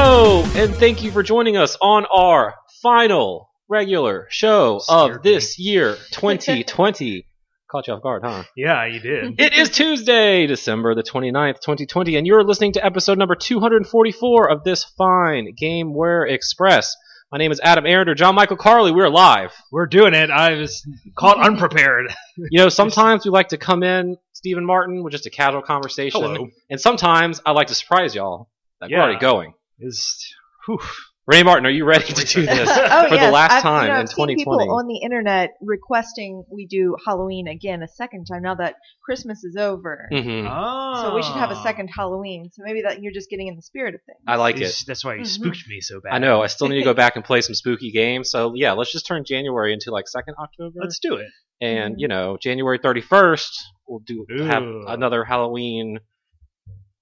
and thank you for joining us on our final regular show Scared of this year, 2020. Caught you off guard, huh? Yeah, you did. It is Tuesday, December the 29th, 2020, and you're listening to episode number 244 of this fine Gameware Express. My name is Adam Arender, John Michael Carley. We're live. We're doing it. I was caught unprepared. You know, sometimes we like to come in, Stephen Martin, with just a casual conversation. And sometimes I like to surprise y'all. Like, We're Yeah. already going. Is whew. Ray Martin, are you ready to do this? oh, for the yes. last I've, time you know, in I've seen 2020. people on the internet requesting we do Halloween again a second time now that Christmas is over. hmm Ah. So we should have a second Halloween. So maybe that you're just getting in the spirit of things. I like it. It's- That's why you Mhm. spooked me so bad. I know. I still need to go back and play some spooky games. So yeah, let's just turn January into like second October, Let's do it. and you know, January thirty first, we'll do have Ooh. another Halloween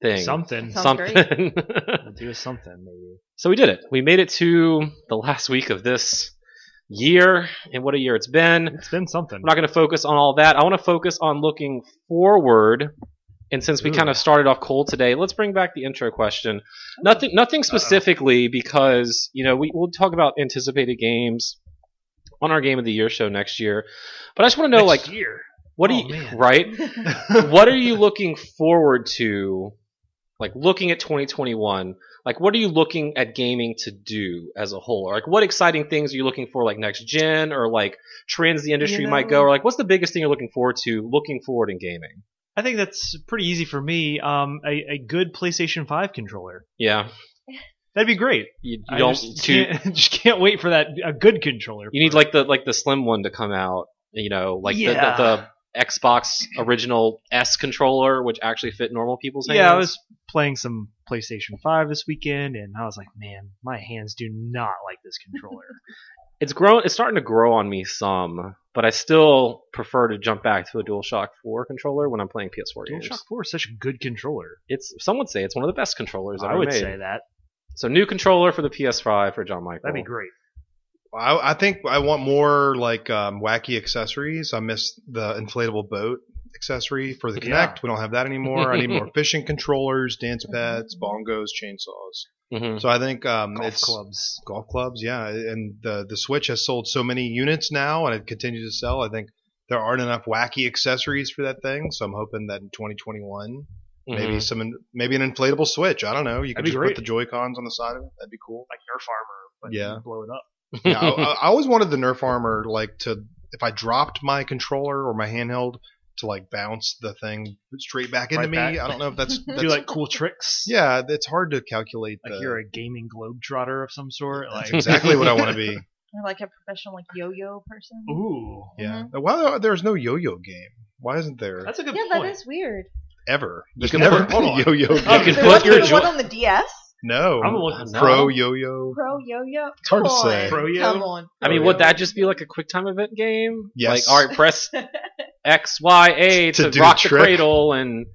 thing. Something. Sounds Something. We'll do something maybe. so we did it. We made it to the last week of this year, and what a year it's been. It's been something. I'm not going to focus on all that. I want to focus on looking forward. And since we Ooh. kind of started off cold today, let's bring back the intro question. Nothing, nothing specifically, because you know we we'll talk about anticipated games on our Game of the Year show next year. But I just want to know, Next like, year. what do Oh, you man. right? what are you looking forward to? Like looking at 2021, like what are you looking at gaming to do as a whole? Or like what exciting things are you looking for, like next gen, or like trends the industry You might know- go, or like what's the biggest thing you're looking forward to? Looking forward in gaming, I think that's pretty easy for me. Um, a, a good PlayStation 5 controller. yeah. That'd be great. You, you I don't just too, can't, just can't wait for that a good controller. you need for it. like the like the slim one to come out, you know, like Yeah. the, the, the Xbox original S controller, which actually fit normal people's hands. Yeah, I was playing some PlayStation 5 this weekend, and I was like, man, my hands do not like this controller. it's grown it's starting to grow on me some, but I still prefer to jump back to a DualShock 4 controller when I'm playing PS4 games. DualShock 4 is such a good controller. It's some would say it's one of the best controllers ever I would made. say that. So new controller for the PS5 for John Michael. That'd be great. Well, I, I think I want more like um, wacky accessories. I miss the inflatable boat accessory for the Kinect. Yeah. We don't have that anymore. I need more fishing controllers, dance pads, bongos, chainsaws. Mhm. So I think um, Golf it's clubs. golf clubs. Yeah, and the the Switch has sold so many units now, and it continues to sell. I think there aren't enough wacky accessories for that thing. So I'm hoping that in 2021, Mhm. maybe some in- maybe an inflatable Switch. I don't know. Mm-hmm. You That'd can be just great. put the Joy Cons on the side of it. That'd be cool. Like Nerf armor, but Yeah. you blow it up. yeah, I, I I always wanted the Nerf armor, like to if I dropped my controller or my handheld to like bounce the thing straight back into Right me. back. I don't know if that's, that's Do like cool tricks. yeah, it's hard to calculate. Like the- you're a gaming globetrotter of some sort. Like that's exactly what I want to be. Or like a professional like yo-yo person. Ooh. Yeah. Why uh, there's no yo-yo game? Why isn't there Mm-hmm. That's a good Yeah, point. that is weird. ever? There's can never put- been hold a on. yo-yo game. You can There put wasn't your the jo- one on the DS. no. I'm looking No. pro yo-yo. Pro yo-yo. It's hard to Come say. on. Pro yo? Come on. I mean, Oh, would yeah. that just be like a quick time event game? Yes. Like, all right, press X, Y, A To to, do rock the the trick. cradle, and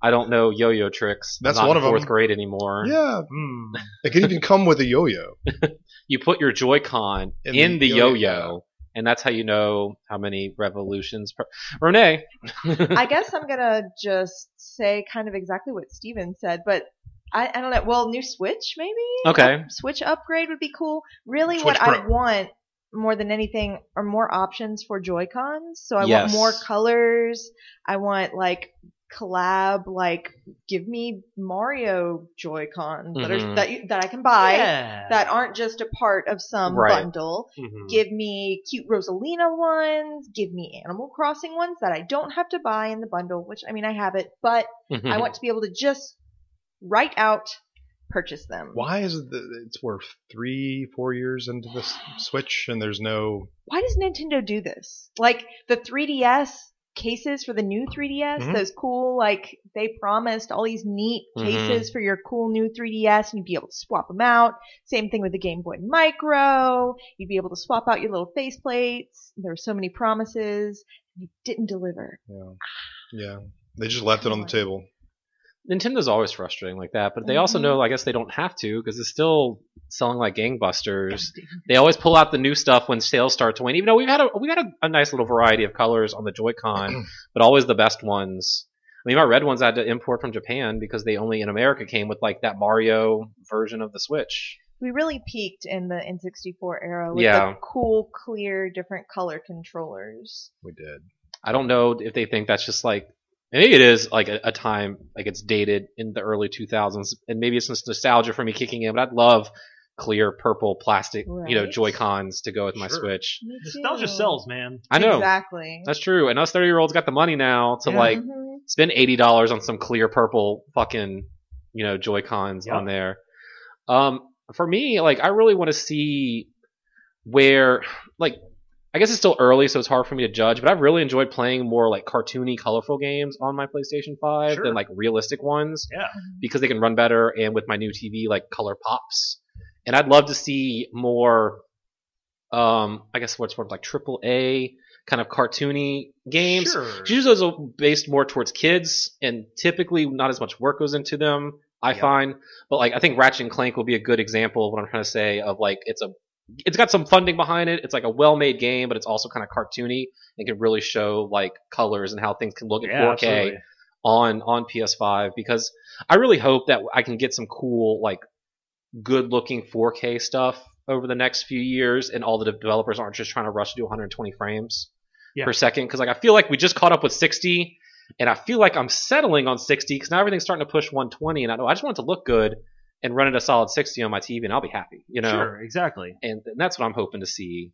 I don't know yo-yo tricks. I'm That's not one in of 'em. Fourth grade anymore. Yeah, Hmm. it could even come with a yo-yo. You put your Joy-Con in, In the the yo-yo, yo-yo. and that's how you know how many revolutions. Per- Renee, I guess I'm gonna just say kind of exactly what Steven said, but I, I don't know. Well, new Switch maybe. Okay. Up- Switch upgrade would be cool. Really, Switch what I Pro. want more than anything are more options for Joy Cons. So I Yes. want more colors. I want like collab, like give me Mario Joy Cons that Mhm. are that you- that I can buy. Yeah. Mm-hmm. That aren't just a part of some Right. bundle. Give me cute Rosalina ones. Give me Animal Crossing ones that I don't have to buy in the bundle, which I mean I have it, but Mm-hmm. I want to be able to just write out, purchase them. Why is it that it's we're three, four years into this Switch and there's no Why does Nintendo do this? Like the 3DS cases for the new 3DS, Mhm. those cool like they promised all these neat Mhm. cases for your cool new 3DS, and you'd be able to swap them out. Same thing with the Game Boy Micro. You'd be able to swap out your little faceplates. There were so many promises. You didn't deliver. Yeah. Yeah. They just left it on the Right. table. Nintendo's always frustrating like that, but they also Mhm. know, I guess, they don't have to because it's still selling like gangbusters. They always pull out the new stuff when sales start to wane. Even though we've had a we've had a, a nice little variety of colors on the Joy-Con, but always the best ones. I mean, my red ones I had to import from Japan because they only in America came with like that Mario version of the Switch. we really peaked in the N64 era with Yeah. the cool, clear, different color controllers. We did. I don't know if they think that's just like maybe it is like a, a time like it's dated in the early 2000s, and maybe it's just nostalgia for me kicking in. But I'd love clear purple plastic, you know, Right. Joy Cons to go with my Sure. Switch. Me Nostalgia too. sells, man. I know exactly. that's true, and us 30 year olds got the money now to Yeah. like Mhm. spend eighty dollars on some clear purple fucking you know Joy Cons Yeah. on there. Um, for me, like I really want to see where like I guess it's still early, so it's hard for me to judge. But I've really enjoyed playing more like cartoony, colorful games on my PlayStation Five Sure. than like realistic ones Mhm. because they can run better. And with my new TV, like color pops. And I'd love to see more. Um, I guess what's sort of like triple A kind of cartoony games. Sure. Juju's are based more towards kids, and typically not as much work goes into them. I Yeah. find, but like I think Ratchet and Clank will be a good example of what I'm trying to say. Of like it's a, it's got some funding behind it. It's like a well-made game, but it's also kind of cartoony and can really show like colors and how things can look in Yeah, 4K absolutely. on on PS5. Because I really hope that I can get some cool like good-looking 4K stuff over the next few years, and all the developers aren't just trying to rush to do 120 frames Yeah. per second because like I feel like we just caught up with 60, and I feel like I'm settling on 60 because now everything's starting to push 120, and I know I just want it to look good and run at a solid 60 on my TV, and I'll be happy, you know. Sure, exactly. And, and that's what I'm hoping to see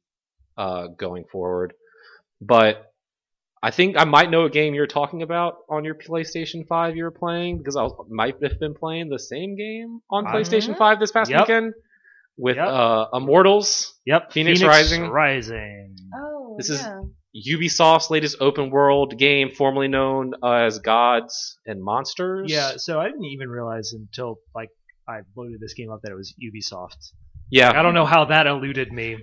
uh, going forward. But I think I might know a game you're talking about on your PlayStation 5 you were playing because I was, might have been playing the same game on Mhm. PlayStation 5 this past Yep. weekend with Yep. uh, Immortals. Yep. Phoenix Rising. Rising. Oh, This is- yeah. Ubisoft's latest open world game, formerly known as Gods and Monsters. Yeah, so I didn't even realize until like I loaded this game up that it was Ubisoft. yeah. Uh-huh. I don't know how that eluded me.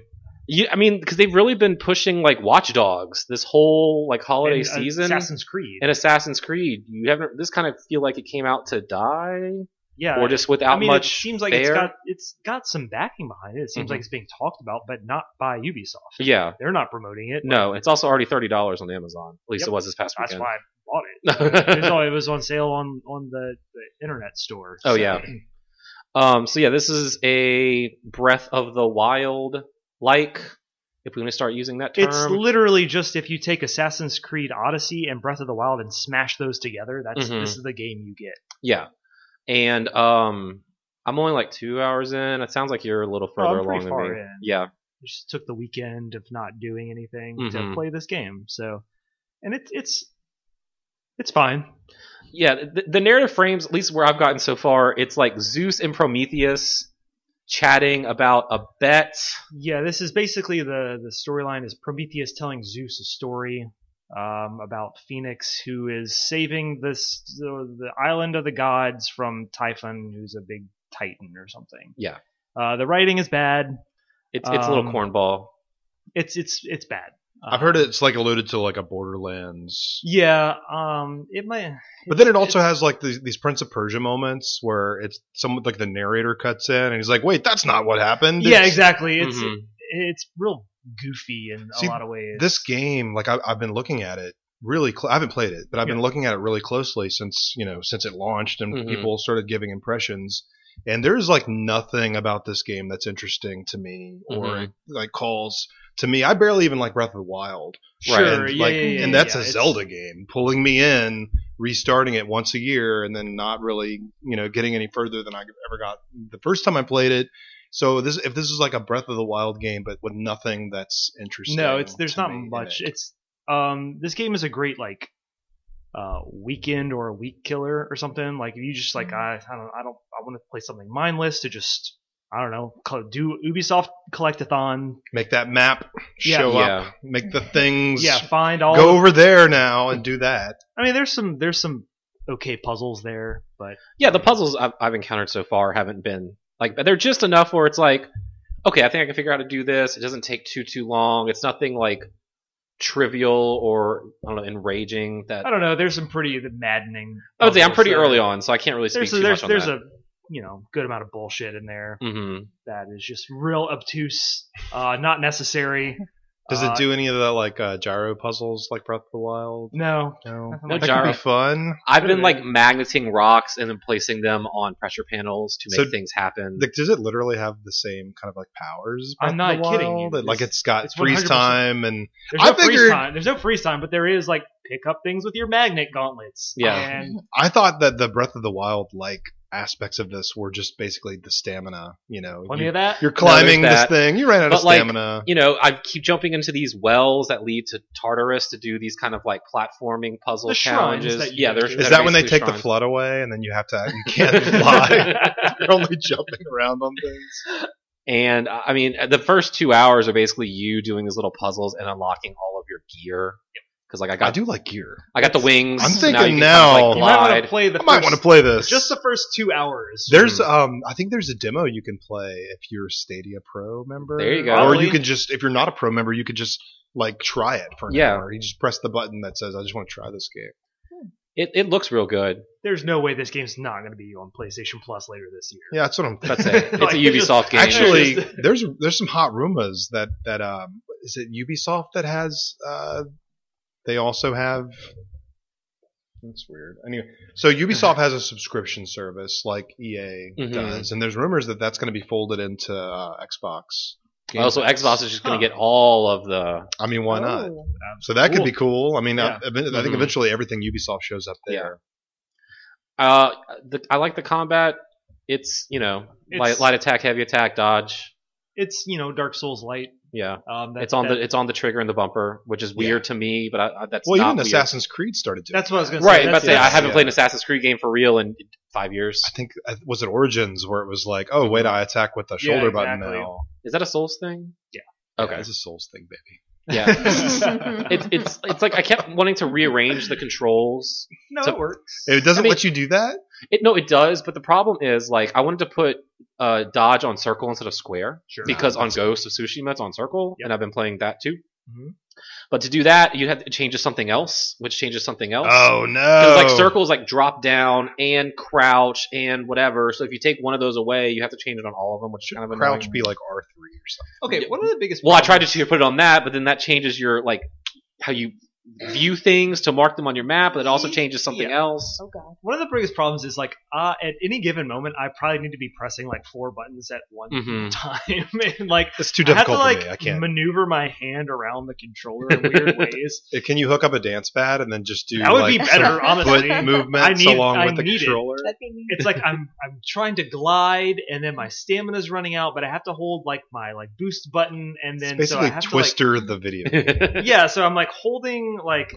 You, I mean, because they've really been pushing like Watch Dogs this whole like holiday And, uh, season Assassin's Creed. and Assassin's Creed. You haven't. This kind of feel like it came out to die, yeah. or just without I mean, much. it seems like there. it's got it's got some backing behind it. It seems Mhm. like it's being talked about, but not by Ubisoft. yeah. They're not promoting it. No, it's also already thirty dollars on Amazon. At least Yep. it was this past That's weekend. why I bought it. It was, all- it was on sale on on the, the internet store. Oh so- yeah. Um, so yeah, this is a Breath of the Wild like, if we're gonna start using that term. It's literally just if you take Assassin's Creed Odyssey and Breath of the Wild and smash those together, that's Mhm. this is the game you get. Yeah. And um I'm only like two hours in. It sounds like you're a little Oh, I'm further along pretty than far me. in. Yeah. I just took the weekend of not doing anything Mhm. to play this game. So, and it's it's it's fine. Yeah. The, the narrative frames, at least where I've gotten so far, it's like Zeus and Prometheus chatting about a bet. Yeah, this is basically the the storyline is Prometheus telling Zeus a story um, about Phoenix, who is saving this the, the island of the gods from Typhon, who's a big titan or something. Yeah. Uh, the writing is bad. It's it's a little Um, cornball. It's it's it's bad. I've heard it's like alluded to like a Borderlands, Yeah. Um. It might. but then it it's- also it's- has like these, these Prince of Persia moments where it's some like the narrator cuts in and he's like, "Wait, that's not what happened." Yeah, It's- exactly. It's Mhm. it's real goofy in Mm-hmm. See, a lot of ways. This game, like I, I've been looking at it really. Cl- I haven't played it, but I've been Yeah. Mm-hmm. looking at it really closely since you know since it launched and Mhm. people started giving impressions. And there's like nothing about this game that's interesting to me or Mm-hmm. Mhm. like calls to me. I barely even like Breath of the Wild. Right. Sure, And, yeah, like, yeah, yeah, and that's yeah, a it's- Zelda game, pulling me in, restarting it once a year, and then not really, you know, getting any further than I ever got the first time I played it. So this, if this is like a Breath of the Wild game, but with nothing that's interesting. No, it's there's to not me in much. it. It's um this game is a great like uh weekend or a week killer or something. Like if you just Mm-hmm. like I, I don't I don't I want to play something mindless to just I don't know co- do Ubisoft collectathon. Make that map Yeah. show Yeah. up. Make the things. Yeah, find all. Go over there now and do that. I mean, there's some there's some okay puzzles there, but Yeah, the puzzles I've, I've encountered so far haven't been like they're just enough where it's like, okay, I think I can figure out how to do this. It doesn't take too too long. It's nothing like trivial or I don't know enraging that I don't know. There's some pretty maddening. I would say I'm puzzles pretty there. early on, so I can't really speak There's too a, there's much on there's that. a you know good amount of bullshit in there Mhm. that is just real obtuse, uh, not necessary. Does Uh, it do any of that like uh, gyro puzzles like Breath of the Wild? No. No, Nothing that like could gyro. be fun. I've been Yeah. like magneting rocks and then placing them on pressure panels to make So- things happen. Like, does it literally have the same kind of like powers? as I'm Breath of the not kidding Wild? you. And, Like, It's- it's got it's freeze 100%. time and There's I no freeze figured- time. There's no freeze time, but there is like pick up things with your magnet gauntlets. Yeah. And I thought that the Breath of the Wild like aspects of this were just basically the stamina. You know, plenty you, of that. are climbing this that. thing. You ran out of But, like, stamina. you know, I keep jumping into these wells that lead to Tartarus to do these kind of like platforming puzzle The shrines challenges. that you yeah, go there's to. Is they're that when they basically take the shrines. flood away and then you have to you can't fly? You're only jumping around on things. And uh, I mean, the first two hours are basically you doing these little puzzles and unlocking all of your gear. Because like I got, I do like gear. I got the wings. I'm so now thinking you can kind of, now- you might like, want glide. to play the I might first- want to play this. just the first two hours. There's Hmm. um I think there's a demo you can play if you're a Stadia Pro member. There you go. Or Probably. you can just if you're not a pro member, you could just like try it for an Yeah. hour. You just press the button that says I just want to try this game. It, it looks real good. There's no way this game's not going to be on PlayStation Plus later this year. Yeah, that's what I'm That's it. It's Like, a it's Ubisoft game. Actually, It's just- there's there's some hot rumors that that um is it Ubisoft that has uh they also have that's weird. Anyway, so Ubisoft has a subscription service like EA Mhm. does, and there's rumors that that's going to be folded into uh, Xbox. Game also Pass. Oh, Xbox is just going Huh. to get all of the. I mean, why not? Oh. So that could Cool. be cool. I mean, I- I, mean, I think Mhm. eventually everything Ubisoft shows up there. Uh, the, I like the combat. It's you know light, It's- light attack, heavy attack, dodge. It's you know Dark Souls light. Yeah, Um, that, it's on that- the it's on the trigger and the bumper, which is weird to me, but I, I, that's Well, not even weird. Assassin's Creed started doing. That's what I was that. gonna Right, So about to say that's- I haven't yeah. played an Assassin's Creed game for real in five years. I think I- was it Origins where it was like, oh wait, I attack with the Mm-hmm. Yeah, shoulder button exactly. now. Is that a Souls thing? Yeah. Yeah, Okay. it's a Souls thing, baby. Yeah. Yeah. It's it's it's like I kept wanting to rearrange the controls. no, so- it works. It doesn't I mean- let you do that. It no, it does, but the problem is like I wanted to put uh, dodge on circle instead of square Sure. because on Ghost of Tsushima it's on circle, Yep. and I've been playing that too. Mhm. But to do that, you have to change to something else, which changes something else. Oh no! 'Cause, like circles like drop down and crouch and whatever. So if you take one of those away, you have to change it on all of them, which is kind of annoying. crouch be like R three or something. okay, one of the biggest. Well, I tried problems- to t- put it on that, but then that changes your like how you view things to mark them on your map, but it also changes something Yeah. else. Oh god. One of the biggest problems is like uh, at any given moment, I probably need to be pressing like four buttons at one Mm-hmm. hmm time, and like It's too I have to difficult for like me. I can't. maneuver my hand around the controller in weird ways. Can you hook up a dance pad and then just do That would be like, better, honestly. foot I movements need- along I with the need it. controller? That'd be me. it's like I'm I'm trying to glide, and then my stamina's running out, but I have to hold like my like boost button, and It's then so I basically have To, Twister the video. like, yeah, so I'm like holding like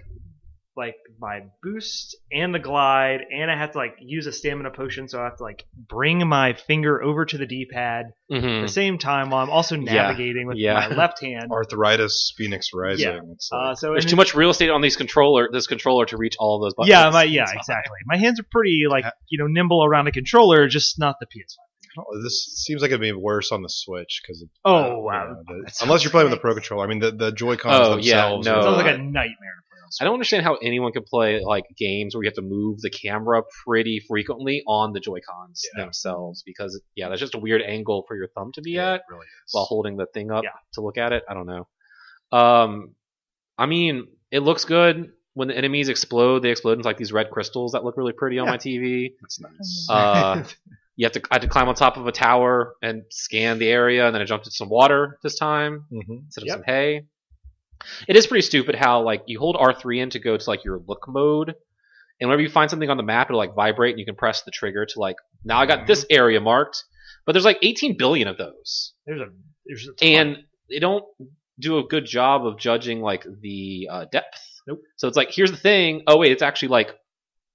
like my boost and the glide, and I have to like use a stamina potion, so I have to like bring my finger over to the D-pad at Mm-hmm. hmm the same time while I'm also Yeah. navigating with Yeah. my left hand. Arthritis, Phoenix Rising. Yeah. It's like, Uh, so There's and too then- much real estate on these controller this controller to reach all of those buttons. yeah, my, yeah, It's not- exactly. My hands are pretty like you know nimble around a controller, just not the PS5. Oh, this seems like it'd be worse on the Switch because Oh wow, unless you're playing with a Pro controller. I mean, the the Joy Cons Oh, yeah, themselves. no. are- sounds like a nightmare to play on. Switch. I don't understand how anyone can play like games where you have to move the camera pretty frequently on the Joy Cons Yeah. themselves because yeah, that's just a weird angle for your thumb to be at yeah, it really is. while holding the thing up Yeah. to look at it. I don't know. Um, I mean, it looks good when the enemies explode. They explode into like these red crystals that look really pretty on Yeah. my TV. That's nice. Uh, you have to I had to climb on top of a tower and scan the area, and then I jumped into some water this time Mhm. instead of Yep. some hay. It is pretty stupid how like you hold R three in to go to like your look mode, and whenever you find something on the map, it'll like vibrate, and you can press the trigger to like now I got Mm-hmm. this area marked. But there's like 18 billion of those There's a there's a ton. and they don't do a good job of judging like the uh, depth. Nope. So it's like here's the thing. Oh wait, it's actually like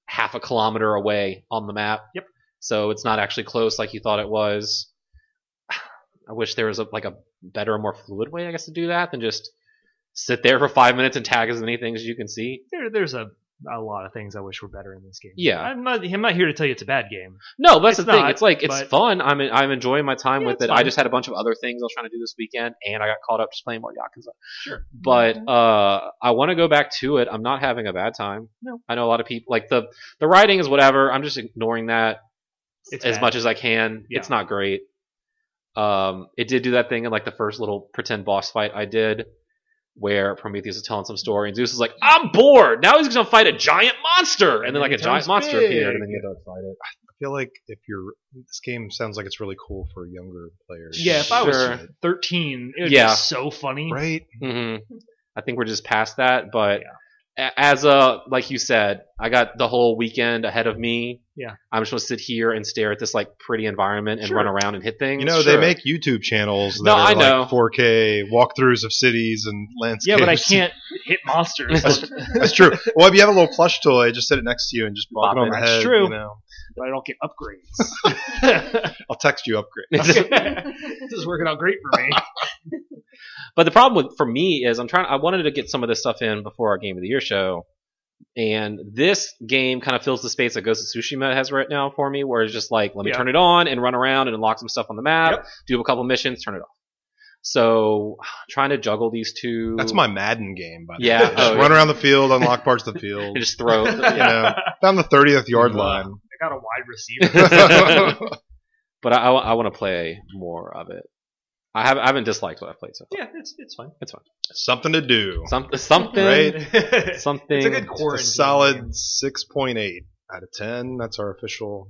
half a kilometer away on the map. Yep. So it's not actually close like you thought it was. I wish there was a, like a better, more fluid way, I guess, to do that than just sit there for five minutes and tag as many things as you can see. there there's a a lot of things I wish were better in this game. Yeah. I'm not I'm not here to tell you it's a bad game. No, but that's It's the thing. not, it's like it's but- fun. I'm I'm enjoying my time Yeah, with it's it. I fine. just had a bunch of other things I was trying to do this weekend, and I got caught up just playing more Yakuza. Sure. But Mhm. uh, I want to go back to it. I'm not having a bad time. No. I know a lot of people like the the writing is whatever. I'm just ignoring that It's as bad. much as I can. Yeah. It's not great. Um, it did do that thing in like the first little pretend boss fight I did, where Prometheus is telling some story, and Zeus is like, "I'm bored. Now he's gonna fight a giant monster," and then like a he giant turns monster appeared, big. and then you had to fight it. I feel like if you're this game sounds like it's really cool for younger players. Yeah, if I was Sure. 13, it would Yeah. be so funny. right, hmm Mm-hmm. I think we're just past that, but a- as a like you said, I got the whole weekend ahead of me. Yeah. I'm just gonna sit here and stare at this like pretty environment and Sure. run around and hit Mm, things. you know Sure. they make YouTube channels that No, are I know. like 4K walkthroughs of cities and Yeah, landscapes. but I can't hit monsters. That's- That's true. Well, if you have a little plush toy, just sit it next to you and just bop, Bop it on it. the That's head. true. You know? but I don't get upgrades. I'll text you upgrade. this is working out great for me. But the problem with for me is I'm trying. I wanted to get some of this stuff in before our game of the year show, and this game kind of fills the space that Ghost of Tsushima has right now for me, where it's just like let me Yeah. turn it on and run around and unlock some stuff on the map, Yep. do a couple missions, turn it off. So trying to juggle these two. That's my Madden game, by the Yeah, way. Just oh, run around the field, unlock parts of the and field. Just throw. you know, down the 30th yard line. I got a wide receiver. but I, want to play more of it. I haven't, I haven't disliked what I've played so far. yeah, it's it's fun. Something to do. Some, something, Right. it's something. a good It's a quarantine. game. solid 6.8 out of 10. That's our official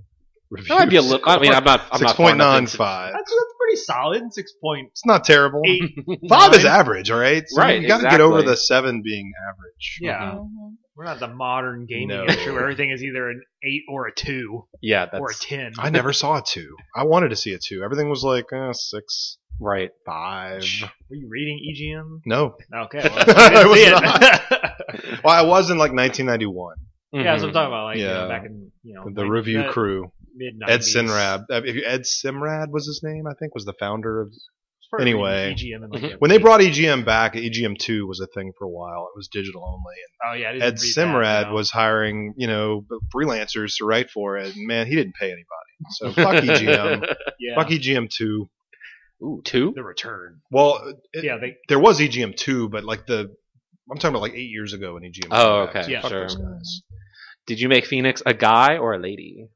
review. That might be a little. I mean, I'm not. I'm not far enough into- 6.95. That's, that's pretty solid. Six point It's not terrible. eight. Five is nine. average, all right? Right, You got to get over exactly. the seven being average. Yeah, Mhm. we're not the modern gaming No. industry where everything is either an eight or a two Yeah, or a that's ten. I never saw a two. I wanted to see a two. Everything was like uh, six, right. five. Were you reading E EGM? No. Okay, well, I I was didn't not. see it. Well, I was in like 1991. Yeah, Mm-hmm. that's what I'm talking about. Like you Yeah. know, back in you know The like review the crew. mid-nineties. Ed Sinrad. Uh, if you- Ed Simrad was his name, I think, was the founder of. It's part of Anyway. EGM E and like, Mhm. When they brought EGM back, E EGM2 was a thing for a while. It was digital only. oh yeah, I didn't And Ed read that, Simrad no. was hiring, you know, freelancers to write for it. And man, he didn't pay anybody. So fuck EGM. yeah, Fuck E EGM2. Ooh, two. the return. Well, it, Yeah, they there was E EGM2, but like the. I'm talking about like eight years ago when EGM. Oh, came back. okay, So fuck sure. those guys. Did you make Phoenix a guy or a lady?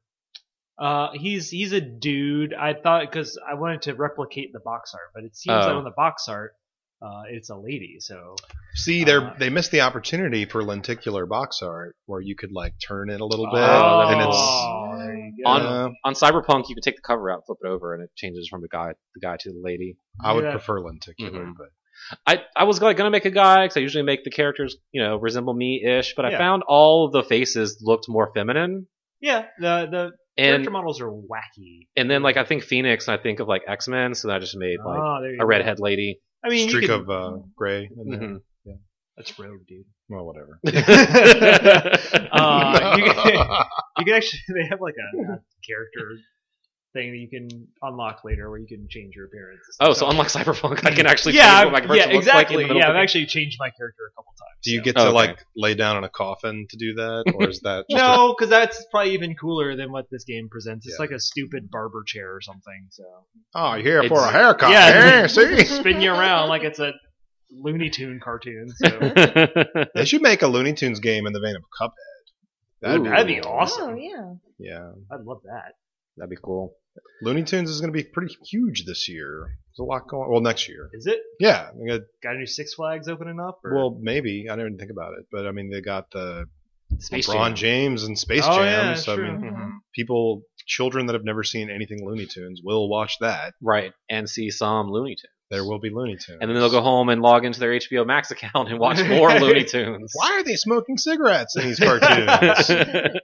Uh, he's he's a dude. I thought because I wanted to replicate the box art, but it seems Oh. that on the box art, uh, it's a lady. So See, they are Uh, they missed the opportunity for lenticular box art where you could like turn it a little bit, Oh, and it's Oh, there you go. On- Yeah, On Cyberpunk, you can take the cover out, flip it over, and it changes from the guy the guy to the lady. I would Yeah. Mm-hmm. prefer lenticular, Mhm. but I, I was like gonna make a guy because I usually make the characters you know resemble me ish, but I Yeah. found all the faces looked more feminine, yeah, the the and character models are wacky. and then like I think Phoenix, and I think of like X Men, so I just made like oh, there you a go. redhead lady. I mean, streak you could, of uh, gray. in there. Mm-hmm. Mhm. that's rogue, dude. Well, whatever. Uh, you, can, you can actually they have like a, a character thing that you can unlock later where you can change your appearance. and oh, so stuff. unlike Cyberpunk, I can actually yeah, change what my I've- person yeah, looks exactly. like. in the middle yeah, of I've the- actually changed my character a couple times. Do you so. get to Okay. like lay down in a coffin to do that, or is that just a- No, because that's probably even cooler than what this game presents. It's Yeah. like a stupid barber chair or something. So oh, you're here for It's- a haircut? yeah. Yeah, see. spin you around like it's a Looney Tune cartoon. So they should make a Looney Tunes game in the vein of Cuphead. That'd, Ooh. be, that'd be cool. awesome. Oh yeah. Yeah, I'd love that. That'd be cool. Looney Tunes is going to be pretty huge this year. There's a lot going. Well, next year. Is it Yeah, they got- got any Six Flags opening up? Or? well, maybe I didn't even think about it, but I mean, they got the Space Jam. LeBron James and Space Oh, Jam. yeah, that's so I true. mean, Mhm. people, children that have never seen anything Looney Tunes will watch that. Right, and see some Looney Tunes. There will be Looney Tunes. And then they'll go home and log into their HBO Max account and watch more Looney Tunes. Why are they smoking cigarettes in these cartoons?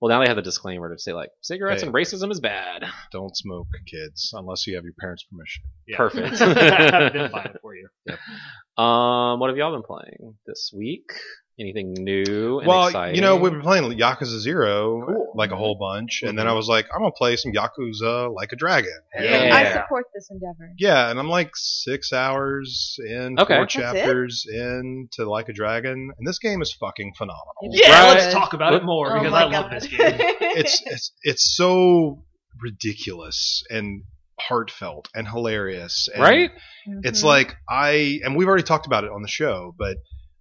well, now they have the disclaimer to say like cigarettes Hey. and racism is bad. Don't smoke, kids, unless you have your parents' permission. Yeah. Perfect. I've been buying it for you. Um, what have y'all been playing this week? Anything new? And well, exciting? you know, we've been playing Yakuza Zero Cool. like a whole bunch, and then Mhm. I was like, I'm gonna play some Yakuza like a dragon. Yeah. I support this endeavor. Yeah, and I'm like six hours in, Okay. four That's it? chapters in to Like a Dragon, and this game is fucking phenomenal. Yeah, Right. let's talk about it more Oh because my I love God. this game. It's it's it's so ridiculous and heartfelt and hilarious, and right? It's Mhm. like I and we've already talked about it on the show, but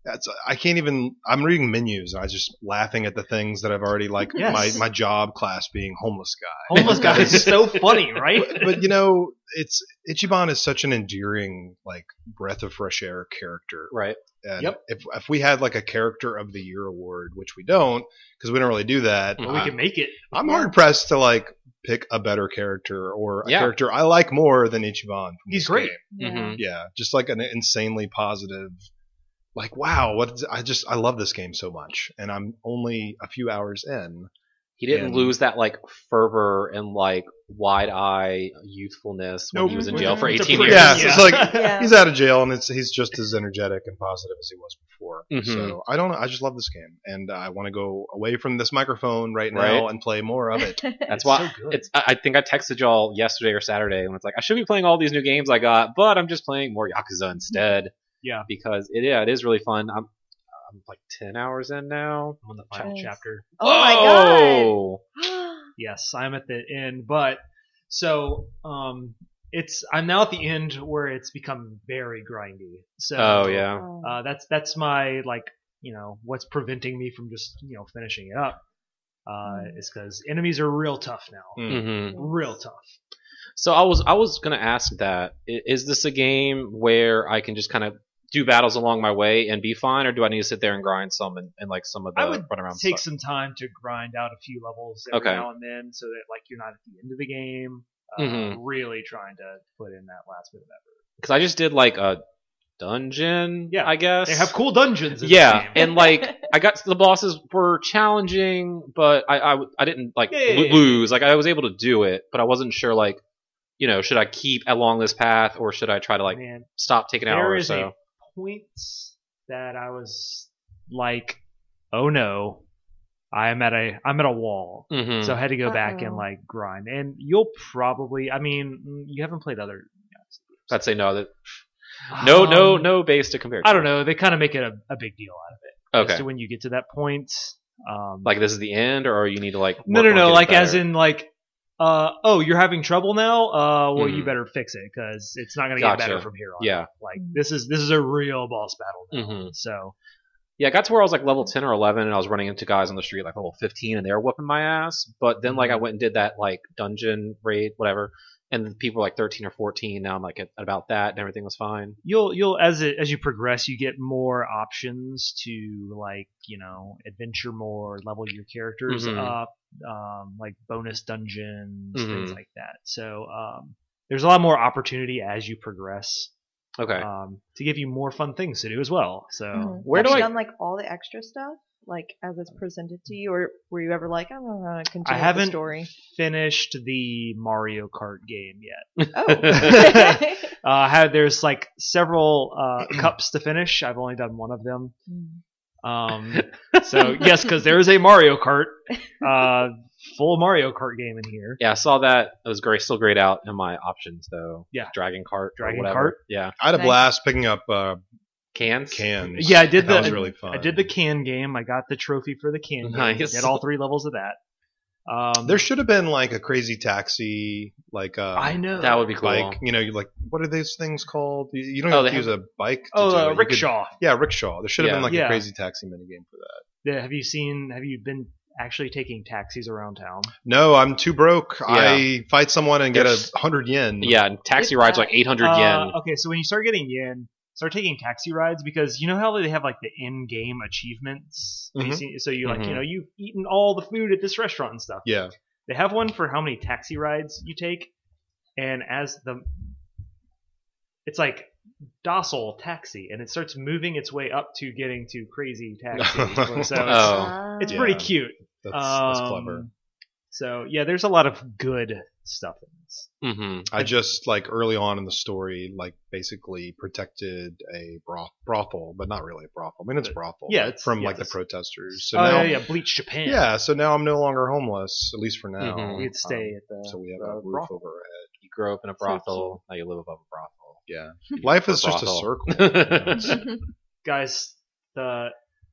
That's I can't even. I'm reading menus. and I just laughing at the things that I've already like Yes. my my job class being homeless guy. Homeless guy is so funny, right? But, but you know, it's Ichiban is such an endearing like breath of fresh air character. Right. And Yep. If if we had like a character of the year award, which we don't, because we don't really do that, But we I- can make it. I'm hard pressed to like pick a better character or a Yeah. character I like more than Ichiban. from He's this great. game. Mhm. Yeah, just like an insanely positive. Like wow, what is, I just I love this game so much, and I'm only a few hours in. He didn't And- lose that like fervor and like wide eye youthfulness when Nope. he was in jail for It's a 18 years. prison. Yeah, it's like- Yeah. He's out of jail, and it's he's just as energetic and positive as he was before. Mhm. Mm-hmm. So I don't know. I just love this game, and I want to go away from this microphone right now Right. and play more of it. That's why so good. it's. I I think I texted y'all yesterday or Saturday when it's like I should be playing all these new games I got, but I'm just playing more Yakuza instead yeah. because it yeah it is really fun. I'm I'm like 10 hours in now. I'm on the final Nice. chapter. Oh Whoa! my god. Yes, I'm at the end, but so um, it's I'm now at the end where it's become very grindy. So Oh yeah. Oh. uh, that's that's my like you know what's preventing me from just you know finishing it up uh, Mm. is because enemies are real tough now, Mm. hmm real tough. So I was I was gonna ask that I- is this a game where I can just kind of do battles along my way and be fine, or do I need to sit there and grind some and, and like some of the I would run around Take stuff? some time to grind out a few levels every Okay. now and then, so that like you're not at the end of the game. Uh, Mhm. Really trying to put in that last bit of effort. Because I just did like a dungeon. Yeah, I guess They have cool dungeons. In Yeah, this game. and like I got the bosses were challenging, but I I, w- I didn't like Yeah, yeah, lo- yeah. lose. Like I was able to do it, but I wasn't sure like you know should I keep along this path or should I try to like Man, stop taking an hour There or is so. a point that I was like, oh no, I'm at a I'm at a wall. Mhm. So I had to go back and Uh-oh. like grind. And you'll probably, I mean, mm, you haven't played other. I'd say no. That no no Um, no base to compare. To. I don't know. They kind of make it a, a big deal out of it. Okay. As to when you get to that point, um, like this is the end or you need to like no work no on no, getting like as better? in like. Uh, oh, you're having trouble now. Uh, well, you Mhm. better fix it because it's not gonna get better Gotcha. from here on. yeah Like this is this is a real boss battle. Now. Mhm. So yeah i got to where i was like level 10 or 11 and i was running into guys on the street like level 15 and they were whooping my ass but then like i went and did that like dungeon raid whatever and the people were like 13 or 14 now i'm like at about that and everything was fine you'll you'll as it as you progress you get more options to like you know adventure more level your characters Mhm. up um, like bonus dungeons things Mhm. like that so um, there's a lot more opportunity as you progress okay um, to give you more fun things to do as well so Mhm. where Have do you I- done like all the extra stuff, like as it's presented to you, or were you ever like, I'm gonna continue I with haven't the story? finished the Mario Kart game yet. Oh, Uh, how, there's like several uh, cups to finish. I've only done one of them. Um, so yes, because there is a Mario Kart, uh, full Mario Kart game in here. yeah i saw that it was great still grayed out in my options though Yeah. dragon cart or Dragon whatever. Cart. yeah I had a Nice. blast picking up uh, cans cans. Yeah, I did that the was really fun. I did the can game. I got the trophy for the can. Game. Nice. Did all three levels of that. Um, There should have been like a crazy taxi, like uh, I know that would be cool bike. You know, you like what are these things called? You, you don't Oh, have to they use a bike. To do Oh, it. uh, You rickshaw. could- yeah, rickshaw. There should have Yeah. been like Yeah. a crazy taxi minigame for that. Yeah, Have you seen? Have you been actually taking taxis around town? No, I'm too broke. Yeah. I fight someone and get There's- a hundred yen. yeah and taxi It's rides that. like 800 Uh, yen Okay, so when you start getting yen, start taking taxi rides because you know how they have like the in-game achievements. Have you Mhm. seen- so you like you Mhm. know you've eaten all the food at this restaurant and stuff. yeah. They have one for how many taxi rides you take, and as the it's like docile taxi, and it starts moving its way up to getting to crazy taxi. so it's, Oh. Mm. it's Yeah. pretty cute. That's, Um, that's clever. So yeah, there's a lot of good stuff in this. hmm Mm-hmm. Um, I just like early on in the story, like basically protected a broth- brothel, but not really a brothel. I mean, it's a brothel. Yeah, it's- from yeah, like the it's- protesters. So oh now, yeah, Mm-hmm. yeah, Bleach Japan. yeah, So now I'm no longer homeless, at least for now. Um, Mhm. you'd stay at the. so we have the a roof brothel. over our head. you grow up in a brothel now you live above a brothel Yeah. Life is Or just a brothel. circle. guys the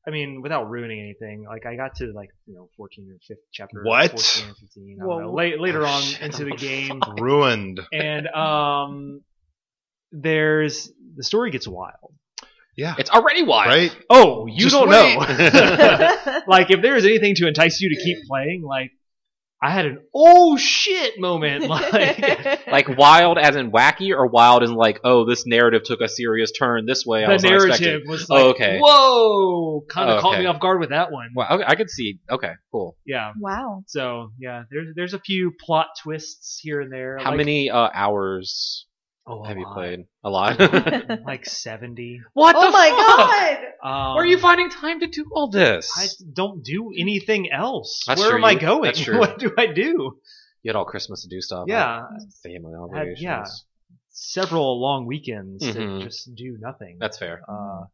i mean without ruining anything like i got to like you know 14 or 15 chapter What? Oh, 14 or 15 I don't know, Whoa. late, later on Shit. into the game Ruined. and um there's the story gets wild Yeah. It's already wild. Right? Oh, you Just don't know. yeah. like if there is anything to entice you to keep playing, like I had an oh shit moment. Like Like wild as in wacky, or wild in like, oh, this narrative took a serious turn this way. I the was narrative was like, Oh, okay. whoa, kind of Oh, caught okay. me off guard with that one. Wow, okay, I could see. Okay, cool. Yeah. wow. So yeah, there's there's a few plot twists here and there. How like- many uh, hours oh, a have you lot. Oh played? A lot. Like seventy. what oh the my fuck? god. Um, Where are you finding time to do all this? I don't do anything else. That's Where true. am I You- going? that's true. What do I do? you had all Christmas to do stuff. right? Yeah, family Had- obligations. yeah. several long weekends Mhm. to just do nothing. That's fair. Uh,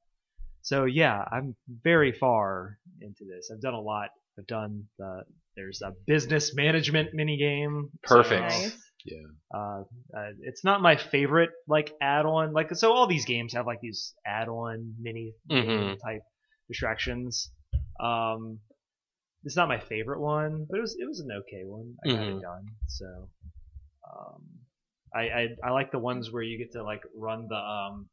so yeah, I'm very far into this. I've done a lot. I've done the there's a business management mini game. Perfect. So, Nice. uh, uh, it's not my favorite like add-on. Like so, all these games have like these add-on mini game type distractions. Um, it's not my favorite one, but it was it was an okay one. I got it done. So, um, I, I I like the ones where you get to like run the um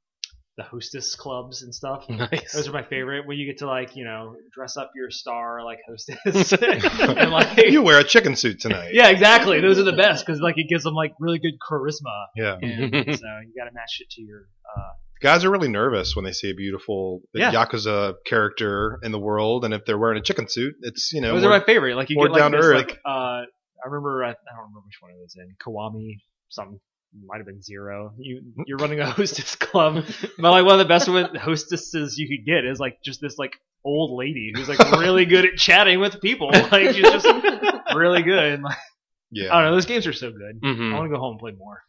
the hostess clubs and stuff. Those Nice. are my favorite. Where you get to like you know dress up your star like hostess and like you wear a chicken suit tonight. yeah exactly. Those are the best because like it gives them like really good charisma. Yeah. And so you got to match it to your uh, Guys are really nervous when they see a beautiful Yeah. Yakuza character in the world, and if they're wearing a chicken suit, it's you know Those more- are my favorite. Like you more get like down to this, earth. like uh, I remember I, I don't remember which one it was in Kiwami, some might have been zero. You you're running a hostess club, but like one of the best with hostesses you could get is like just this like old lady who's like really good at chatting with people. Like she's just really good. And, like, I yeah. don't know. Those games are so good. I Mhm. want to go home and play more.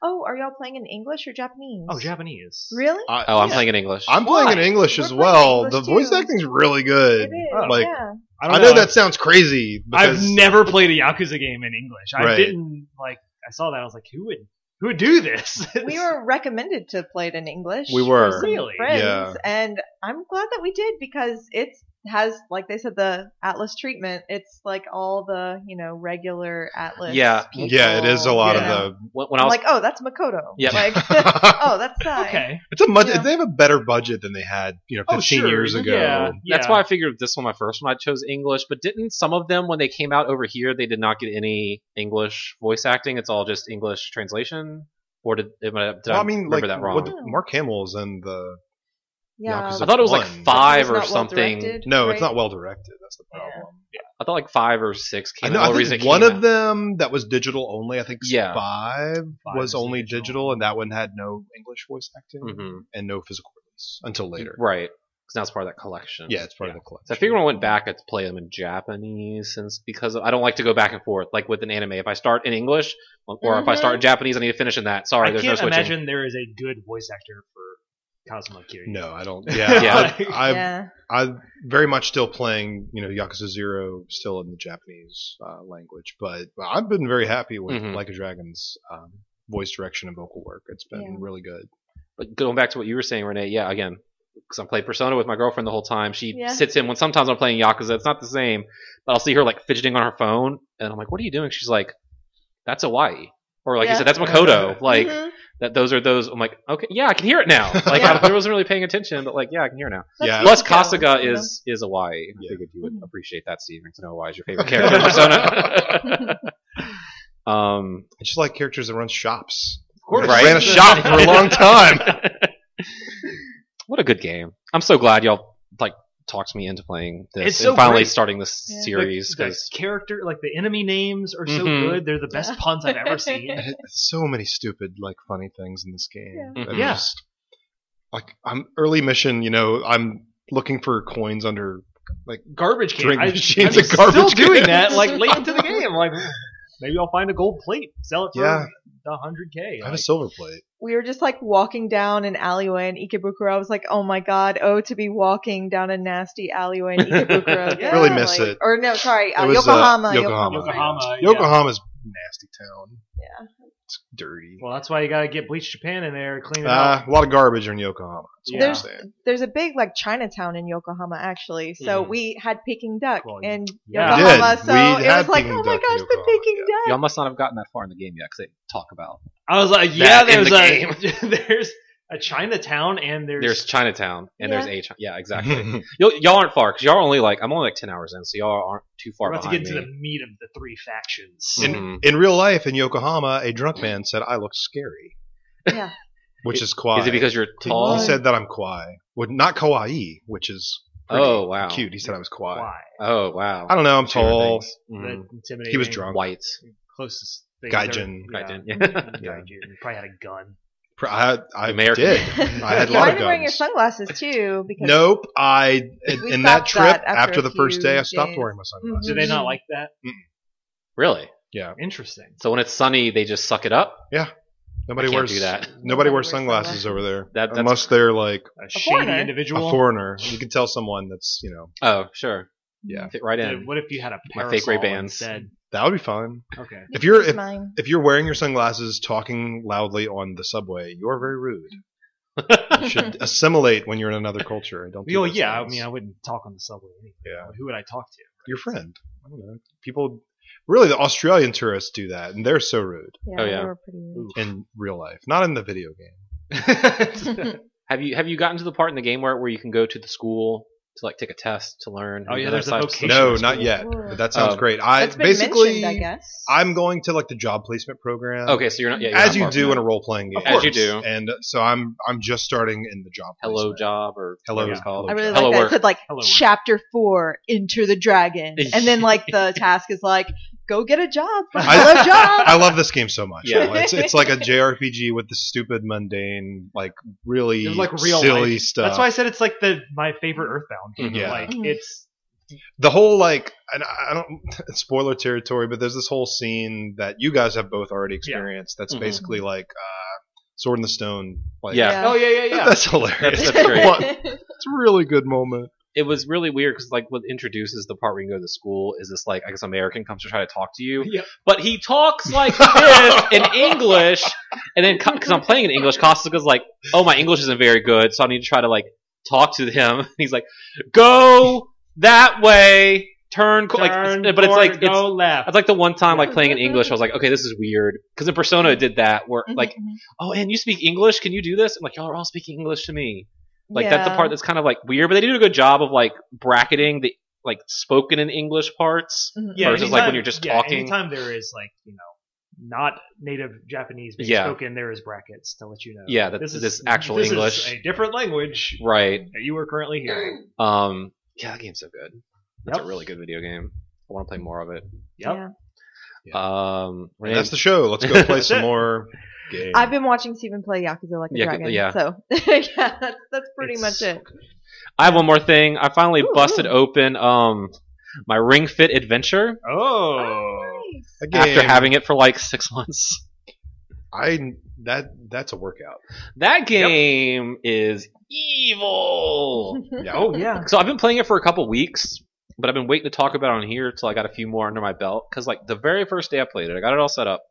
Oh, are y'all playing in English or Japanese? Oh, Japanese. Really? I, Oh, I'm yeah. playing in English. I'm playing in Why? English We're as playing well. English the too. voice acting's really It good. is. Oh. Uh, Like- yeah. I, I don't know, that sounds crazy I've because never played a Yakuza game in English. I Right. didn't like. I saw that. I was like, who would who would do this? We were recommended to play it in English. We were. from Really? Friends, Yeah. And I'm glad that we did because it's has like they said the Atlas treatment. It's like all the you know regular Atlas. Yeah. people. yeah, it is a lot Yeah. of when, when I I'm was like, oh, that's Makoto. Yeah. Like, the. oh, that's Sai. okay. Oh, it's a much. Yeah. They have a better budget than they had, you know, 15 years ago. Yeah, That's why I figured this one, my first one, I chose English. But didn't some of them, when they came out over here, they did not get any English voice acting? It's all just English translation, or did, did I, did Well, I I mean, like remember that wrong? what- Mark Hamill is in the. Yeah. Yakuza I thought it was like one. five It's not or well something. directed, No, it's right? not well directed. That's the problem. I thought like five or six I came. know. out. The I reason it think came one of out- them that was digital only. I think Yeah. five, Five was is only digital. Mm-hmm. digital. and that one had no English voice acting Mhm. and no physical release until later. right? Because now it's part of that collection. Yeah, it's part of the collection. So I figured when I went back, I'd play them in Japanese, since because I don't like to go back and forth like with an anime. If I start in English, or if I Mhm. start in Japanese, I need to finish in that. Sorry, Mm-hmm. I there's can't no switching. imagine there is a good voice actor for Cosmo Kiryu. No, I don't. Yeah, Yeah. I, I, yeah. I very much still playing, you know, Yakuza Zero still in the Japanese uh, language, but I've been very happy with Mm-hmm. Mhm. Like a Dragon's um, voice direction and vocal work. It's been Yeah. really good. But going back to what you were saying, Renee, yeah, again, because I played Persona with my girlfriend the whole time. She Yeah. sits in when sometimes I'm playing Yakuza. It's not the same, but I'll see her like fidgeting on her phone, and I'm like, "What are you doing?" She's like, "That's Hawaii," or like you Yeah. said, "That's Makoto." like Mhm. that. Those are those. I'm like, okay, yeah, I can hear it now. Like Yeah. I wasn't really paying attention, but like, yeah, I can hear it now. That's Yeah. good Plus, to know, Kasuga you know? is is Hawaii. I Yeah. figured you would Mhm. appreciate that, Steven, to know Hawaii's your favorite character in Persona. um, I just like characters that run shops. of course. Right? Ran a shop for a long time. what a good game! I'm so glad y'all like talked me into playing this It's and so finally great. starting this Yeah. series the, because character, like the enemy names are so Mm-hmm. Mhm. good. They're the best puns I've ever seen. And it- so many stupid like funny things in this game. Yeah. that are Yeah. just- like I'm early mission, you know, I'm looking for coins under Garbage can. Drink I, machines I'm and garbage still doing cans. that. Like late into the game, like maybe I'll find a gold plate, sell it for Yeah. the hundred k. I have a silver plate. we were just like walking down an alleyway in Ikebukuro. I was like, oh my god, oh to be walking down a nasty alleyway in Ikebukuro. Yeah, Really miss like- it. Or no, sorry, uh, It was, uh, Yokohama, Yokohama. Yokohama. yeah. Yokohama's a nasty town. Yeah. It's dirty. Well, that's why you got to get Bleach Japan in there, clean it Uh, up. a lot of garbage in Yokohama. That's what I'm Yeah. saying. There's a big like Chinatown in Yokohama actually. So Mhm. we had Peking duck Mm. Well, in yeah. We Yokohama. did. So We it had was like, Peking oh my duck in gosh, the Yokohama, Peking duck. y'all must not have gotten that far in the game yet because they talk about I was like, yeah, That in there's the a there's a Chinatown and there's, There's Chinatown and there's Yeah. a Chi- yeah exactly. Y'all, y'all aren't far because y'all are only like I'm only like ten hours in, so y'all aren't too far we're about to behind get to me. the meat of the three factions. Mhm. in real life, in Yokohama, a drunk man said, "I look scary." Yeah. Which is kawaii. Is it because you're He- tall? He said that I'm kawaii. Well, not kawaii, which is pretty Oh, wow. cute. He said I was kawaii. Why? Oh wow. I don't know. I'm Two different tall. things. The Mhm. intimidating. He was drunk. White. Closest thing. Gaijin. there- Gaijin, Yeah. yeah. Gaijin. He probably had a gun. Pr- I, I American. did. I had a lot Why of are you wearing your guns. sunglasses too? Because Nope. I in, We in that stopped trip that after, after a the first few day, I stopped days. Mm-hmm. wearing my sunglasses. Do Mm. they not like that? Really? Interesting. So when it's sunny, they just suck it up. Nobody I can't wears do that. Nobody wears sunglasses over there That- that's- unless they're like A shady foreigner. a individual. foreigner. You can tell someone that's you know Oh sure. Yeah. Fit right Dude, in. What if you had a My parasol fake Ray-Bans. instead? that would be fine. Okay. If you're It's if, mine. if you're wearing your sunglasses, talking loudly on the subway, you are very rude. You should assimilate when you're in another culture. and Don't. do Well, those yeah. I things. mean, I wouldn't talk on the subway. Anyway. Yeah. Who would I talk to? your friend. I don't know. People really the Australian tourists do that, and they're so rude Oh, yeah. they were pretty rude. in real life, not in the video game. have you have you gotten to the part in the game where where you can go to the school to like take a test to learn? Oh, yeah, another there's a side- vocation. No, It's not cool. yet. But that sounds Um, great. I That's been basically mentioned, I guess. I'm going to like the job placement program. Okay, so you're not. Yeah, you're as not you far do from in that. a role playing game. Of As you do. And so I'm I'm just starting in the job. hello placement. job or Hello. whatever it's called. I really Hello like that. work. It said like Hello, work. chapter four, enter the dragon, and then like the task is like, go get a job, find I- a job. I love this game so much. Yeah. it's, it's like a JRPG with the stupid, mundane, like really It's like real silly life. stuff. That's why I said it's like the my favorite Earthbound. game. Mhm. Yeah. Like Mhm. it's the whole like and I I don't spoiler territory, but there's this whole scene that you guys have both already experienced. That's Mhm. basically like uh, Sword in the Stone. Like, Yeah. oh yeah yeah yeah. that's hilarious. That's- that's great. What- it's a really good moment. it was really weird because like what introduces the part where you go to the school is this like I guess American comes to try to talk to you, Yeah. but he talks like this in English, and then because I'm playing in English, Costica's like, "Oh, my English isn't very good, so I need to try to like talk to him." he's like, "Go that way, turn, co-" like, it's- Turn but it's forward, like it's go left. that's like the one time Oh, like playing in English, I was like, okay, this is weird. Because in Persona, it did that where Mm-hmm. like, oh, and you speak English? Can you do this? I'm like, y'all are all speaking English to me. Like that's the part that's kind of like weird, but they do a good job of like bracketing the like spoken in English parts. Mm-hmm. yeah, versus, like, when you're just yeah, talking. Anytime there is like you know not native Japanese being Yeah. spoken, there is brackets to let you know. Yeah, that- this actual this English. is a different Mm-hmm. language Right. that you are currently hearing. Um yeah, that game's so good. That's Yep. a really good video game. I want to play more of it. Yep. Um And that's the show. Let's go play some more games. I've been watching Steven play Yakuza like a Yaku- dragon. yeah. So yeah, that's, that's pretty It's much so it. I have one more thing. I finally Ooh, busted ooh. open um my Ring Fit Adventure Oh. Nice. That game, after having it for like 6 months. I that that's a workout. That game is evil. Yeah. Oh yeah. so I've been playing it for a couple weeks, but I've been waiting to talk about it on here till I got a few more under my belt. Because like the very first day I played it, I got it all set up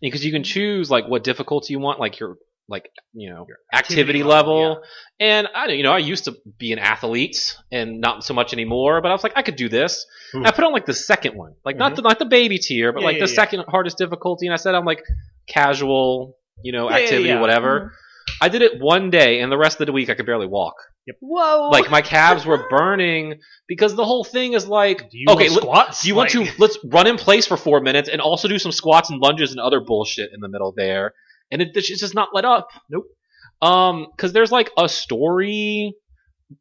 because you can choose like what difficulty you want, like your like you know activity, activity level. level, And I don't, you know, I used to be an athlete and not so much anymore, but I was like, I could do this. And I put on like the second one, like not the not the baby tier, but Hmm. Mm-hmm. Yeah, like yeah, the yeah. second hardest difficulty. And I said, I'm like casual, you know, Yeah, yeah, activity, yeah. Mm-hmm. whatever. Mm-hmm. I did it one day, and the rest of the week I could barely walk. Whoa. Like my calves were burning because the whole thing is like, Do you okay, want let- squats? do you want Like- to let's run in place for four minutes and also do some squats and lunges and other bullshit in the middle there, and it, it's just not let up. Nope. Um, because there's like a story.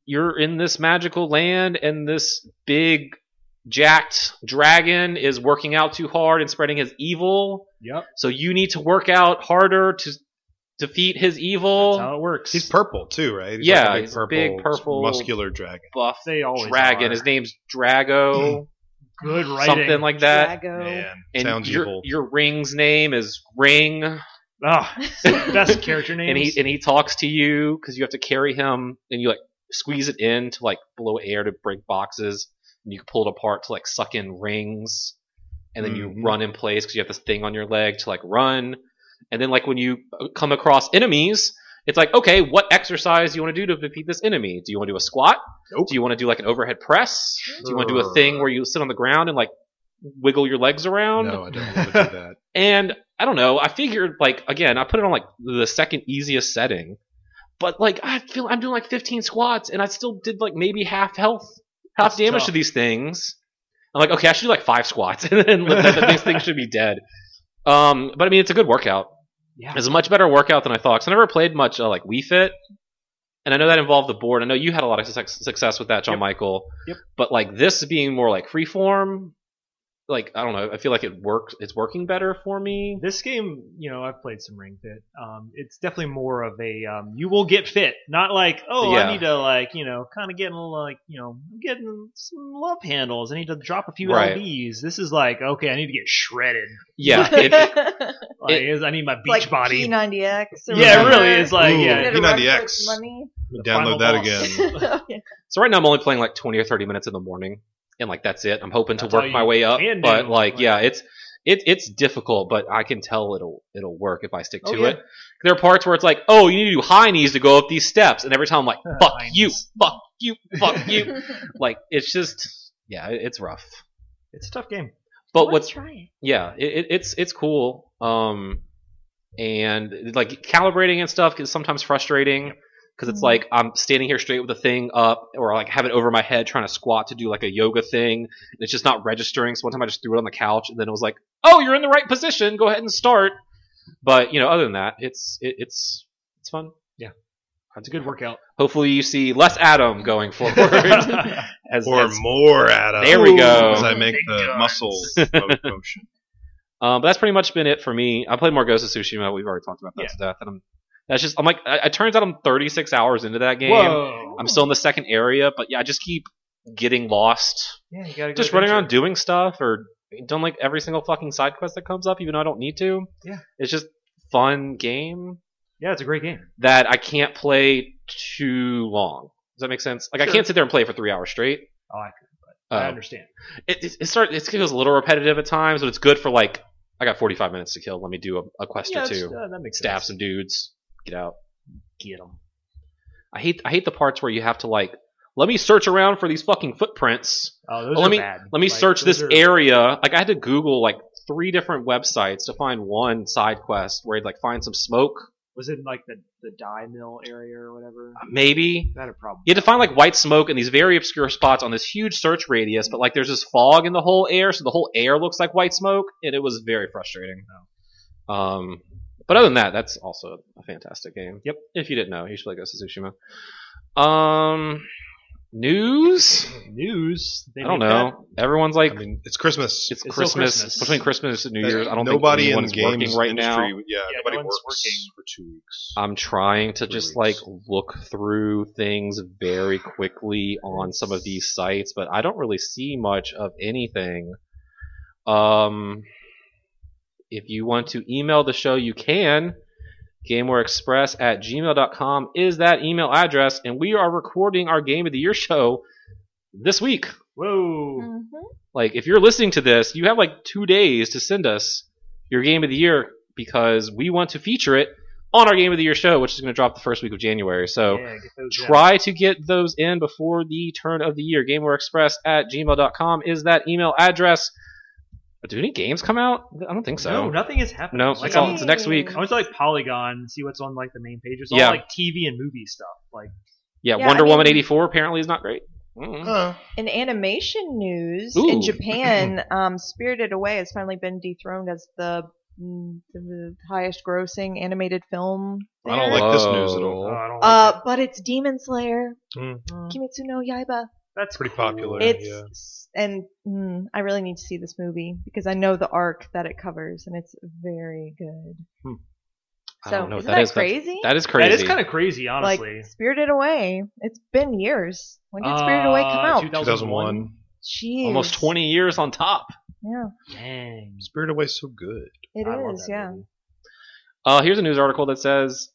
You're in this magical land, and this big jacked dragon is working out too hard and spreading his evil. Yep. So you need to work out harder to defeat his evil. That's how it works. He's purple too, right? He's Yeah, like a big he's a purple, big purple- muscular dragon. buff They always dragon. are. His name's Drago, good writing. something like that. Oh. Drago. Man, And sounds your evil. your ring's name is Ring, Ah, best character names. and he and he talks to you because you have to carry him, and you like squeeze it in to like blow air to break boxes, and you pull it apart to like suck in rings, and then you Mhm. run in place because you have this thing on your leg to like run, and then like when you uh, come across enemies. It's like, okay, what exercise do you want to do to defeat this enemy? Do you want to do a squat? Nope. Do you want to do like an overhead press? Do you want to do a thing where you sit on the ground and like wiggle your legs around? No, I don't want to do that. And I don't know. I figured like again, I put it on like the second easiest setting, but like I feel I'm doing like 15 squats and I still did like maybe half health, half That's damage tough. to these things. I'm like, okay, I should do like five squats and then these things should be dead. Um, but I mean, it's a good workout. Yeah. It's a much better workout than I thought. Cause I never played much uh, like Wii Fit, and I know that involved the board. I know you had a lot of suc- success with that, John Yep. Michael. Yep. But like this being more like freeform, like I don't know. I feel like it works. It's working better for me. This game, you know, I've played some Ring Fit. Um, it's definitely more of a um, you will get fit, not like oh, Yeah. I need to like you know, kind of getting like you know, I'm getting some love handles. I need to drop a few Right. lbs. This is like okay, I need to get shredded. Yeah. It, it's Like I need my beach like body. P90X. Or yeah, whatever. really, it's like Ooh. yeah, Instead of P90X. run for Money. the final Download that boss. again. Yeah. so right now I'm only playing like 20 or 30 minutes in the morning, and like that's it. I'm hoping That's to all work you my way up, can do. but like Like- yeah, it's it, it's difficult, but I can tell it'll it'll work if I stick Oh, to yeah. it. There are parts where it's like, oh, you need to do high knees to go up these steps, and every time I'm like, fuck High you, knees. fuck you, fuck you. like it's just yeah, it- it's rough. It's a tough game. But Let's what's try it. yeah, it, it, it's it's cool. Um, and like calibrating and stuff is sometimes frustrating because it's Mhm. like I'm standing here straight with the thing up, or like have it over my head trying to squat to do like a yoga thing, and it's just not registering. So one time I just threw it on the couch, and then it was like, "Oh, you're in the right position. Go ahead and start." But you know, other than that, it's it, it's it's fun. Yeah. It's a good workout. Hopefully, you see less Adam going forward. as, Or as- more Adam. There we go. As I make Big the guns. muscle mo- motion. Um, but that's pretty much been it for me. I played more Ghost of Tsushima. We've already talked about that Yeah. to death, and I'm that's just I'm like I, it turns out I'm 36 hours into that game. Whoa. I'm still in the second area, but yeah, I just keep getting lost, yeah, you gotta go just running around doing stuff or doing like every single fucking side quest that comes up, even though I don't need to. Yeah. it's just fun game Yeah, it's a great game. that I can't play too long. Does that make sense? Like I Sure. can't sit there and play for three hours straight. Oh, I, I Um, understand. it, it, it starts it goes a little repetitive at times, but it's good for like I got 45 minutes to kill. Let me do a, a quest Yeah, or it's- two. uh, that makes stab sense. some dudes, get out. Get 'em. I hate I hate the parts where you have to like let me search around for these fucking footprints. Oh, those Well, are let me bad. let me Like, search those this are- area. Like I had to Google like three different websites to find one side quest where you'd like find some smoke, Was it in like the the dye mill area or whatever? maybe. That a problem? You had to find like white smoke in these very obscure spots on this huge search radius, but like there's this fog in the whole air, so the whole air looks like white smoke, and it was very frustrating. Um, but other than that, that's also a fantastic game. Yep. If you didn't know, you should play Ghost of Tsushima. Um, news? News? They I don't make that? know. Everyone's like, I mean, it's Christmas. it's, still Christmas. Christmas. between Christmas and New That Year's. I don't think nobody in the anyone's games working right industry, now. Um, Yeah, no nobody one's works working. for two weeks. I'm trying to Three just like weeks. look through things very quickly on some of these sites, but I don't really see much of anything. Um, if you want to email the show, you can. GameWareExpress at gmail.com is that email address, and we are recording our Game of the Year show this week. Whoa! Mhm. Like, if you're listening to this, you have like two days to send us your game of the year because we want to feature it on our game of the year show, which is going to drop the first week of January. So yeah, get those out. try to get those in before the turn of the year. GamewareExpress at gmail.com is that email address. Do any games come out? I don't think so. No, nothing has happened. No, like it's, all, I'm, it's next week. I went to like Polygon and see what's on like the main page. It's Yeah. all like TV and movie stuff. Like Yeah, Yeah, Wonder I mean- Woman 84 apparently is not great. Oh, Mm. Huh. In animation news, Ooh. in Japan, um, Spirited Away has finally been dethroned as the, mm, the, the highest grossing animated film. I don't there. like this news at all. oh, I don't like Uh, but it's Demon Slayer, Mm. it. Kimetsu no Yaiba. That's pretty cool. popular. It's yeah. and mm, I really need to see this movie because I know the arc that it covers and it's very good. Hmm. I So don't know what isn't that that, is. That's- crazy? That is crazy. That is kind of crazy, honestly. Like Spirited Away. It's been years. When did Spirited Away come Uh, out? 2001. 2001. Jeez. almost 20 years on top. Yeah, Dang. Spirit Away so good. it is. I love that yeah. movie. Uh, here's a news article that says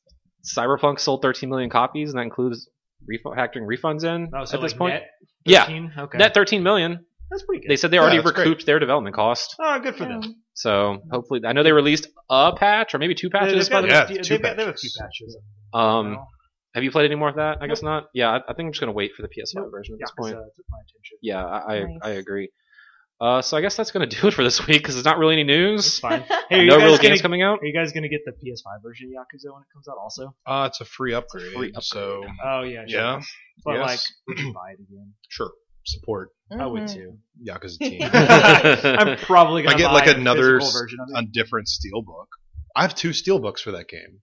Cyberpunk sold 13 million copies, and that includes ref- factoring refunds in Oh, so at this like point. Net Yeah. 13? Okay. Net 13 million. That's pretty They good. said they Yeah, already that's great. recouped their development cost. Oh, good for Yeah. them. So hopefully, I know they released a patch or maybe two They- patches. they've got by Yeah, a few- two they've got- they have a few patches. patches. the- um, have you played any more of that? I guess not. Yeah, I, I think I'm just gonna wait for the PS5 Nope. version at Yeah, this point. so it took my attention. Yeah, I I, I Nice. agree. Uh, so I guess that's gonna do it for this week because there's not really any It's news. fine. Hey, are No you guys real gonna, games coming out. Are you guys gonna get the PS5 version of Yakuza when it comes out? Also. Uh, it's a free upgrade. free So Oh yeah. Sure. Yeah. But yes. like, would you buy it again? sure, support I would Mhm. too. Yakuza team. I'm probably gonna I get, buy like, a another physical s- version of it. a different steelbook. I have two steelbooks for that game,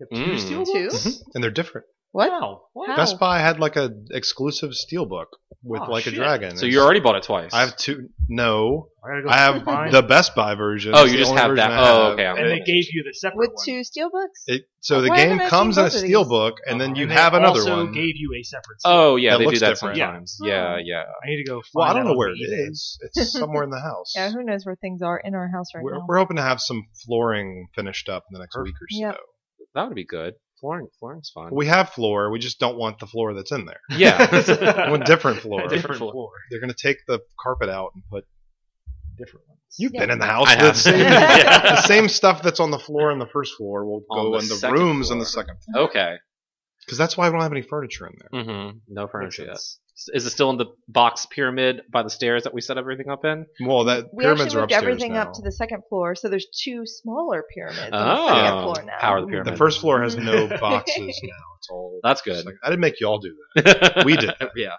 You have Mm. Two steelbooks? Two? and they're different. What? Wow. What? How? Best Buy had like a exclusive steelbook with Oh, like shit. a dragon. So you already bought it twice. I have two. No, gotta go I have find- the Best Buy version. Oh, It's you the just only have that. version I Oh, have. okay, I'm And they it. gave you the separate With one. two steelbooks? It, so the Why game haven't I comes seen in a both of these? steelbook, and then Uh-huh. you And have they another also one. gave you a separate. Steelbook. Oh yeah, That they do looks that different. sometimes. Yeah. Yeah, yeah. I need to go. Find well, I don't that know on where it eBay. is. It's somewhere in the house. Yeah, who knows where things are in our house right we're, now? we're hoping to have some flooring finished up in the next week or so. Yep. That would be good. Flooring, flooring's fun. We have floor. We just don't want the floor that's in there. yeah. We want different floor. A Different different floor. floor. They're going to take the carpet out and put. Different ones. You've Yeah. been in the house. I The have. same, Yeah. the same stuff that's on the floor and the first floor will On go the in the second rooms on floor. the second floor. okay. Because that's why we don't have any furniture in there. Mm-hmm. No furniture yet. Makes sense. Is it still in the box pyramid by the stairs that we set everything up in? Well, that We pyramids actually are moved upstairs everything now. up to the second floor, so there's two smaller pyramids on Oh. the second floor now. Power of the The pyramid. The first floor has no Mm-hmm. boxes now. It's all. That's good. I didn't make y'all do that. We did. That. yeah.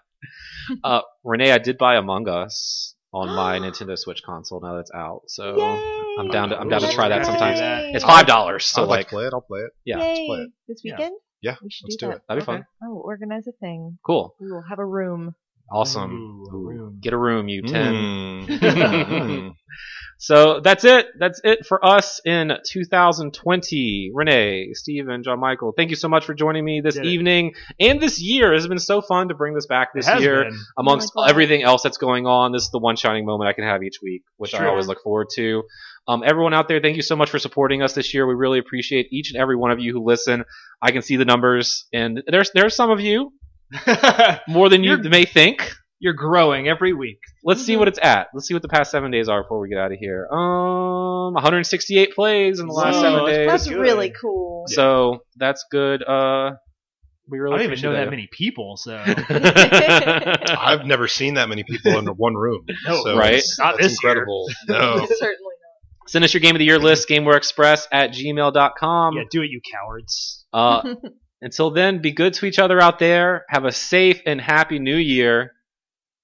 Uh, Renee, I did buy Among Us on my Nintendo Switch console now that's out. So Yay! I'm down to I'm Ooh, down to that's try that nice. sometimes. Yay! It's five dollars, so I'd like like, to play it. I'll play it. yeah, Yay. play it. This Yeah. weekend? Yeah, We should let's do do that. it. that'd be fun. I will organize a thing. Cool. We will have a room. Awesome. Ooh, a Mm-hmm. Ooh. room. Get a room, you ten. Mm. So that's it. That's it for us in 2020. Renee, Steve, and John Michael, thank you so much for joining me this Did it. evening and this year. It's been so fun to bring this back this It has year, been. amongst Oh my God. everything else that's going on. This is the one shining moment I can have each week, which I Sure. always look forward to. Um, everyone out there, thank you so much for supporting us this year. We really appreciate each and every one of you who listen. I can see the numbers, and there's there's some of you more than you You're- may think. You're growing every week. Let's see Mm-hmm. Mhm. what it's at. Let's see what the past seven days are before we get out of here. Um, 168 plays in the last Whoa, seven that's days. That's good. really cool. So that's good. Uh, we really I don't even know that appreciate many people, so that. I've never seen that many people in one room. No, so right? it's- Not that's this year. incredible. No. Certainly Send us your game of the year list, GameWareExpress at gmail.com. yeah, do it, you cowards. Uh, not. until then, be good to each other out there. Have a safe and happy new year.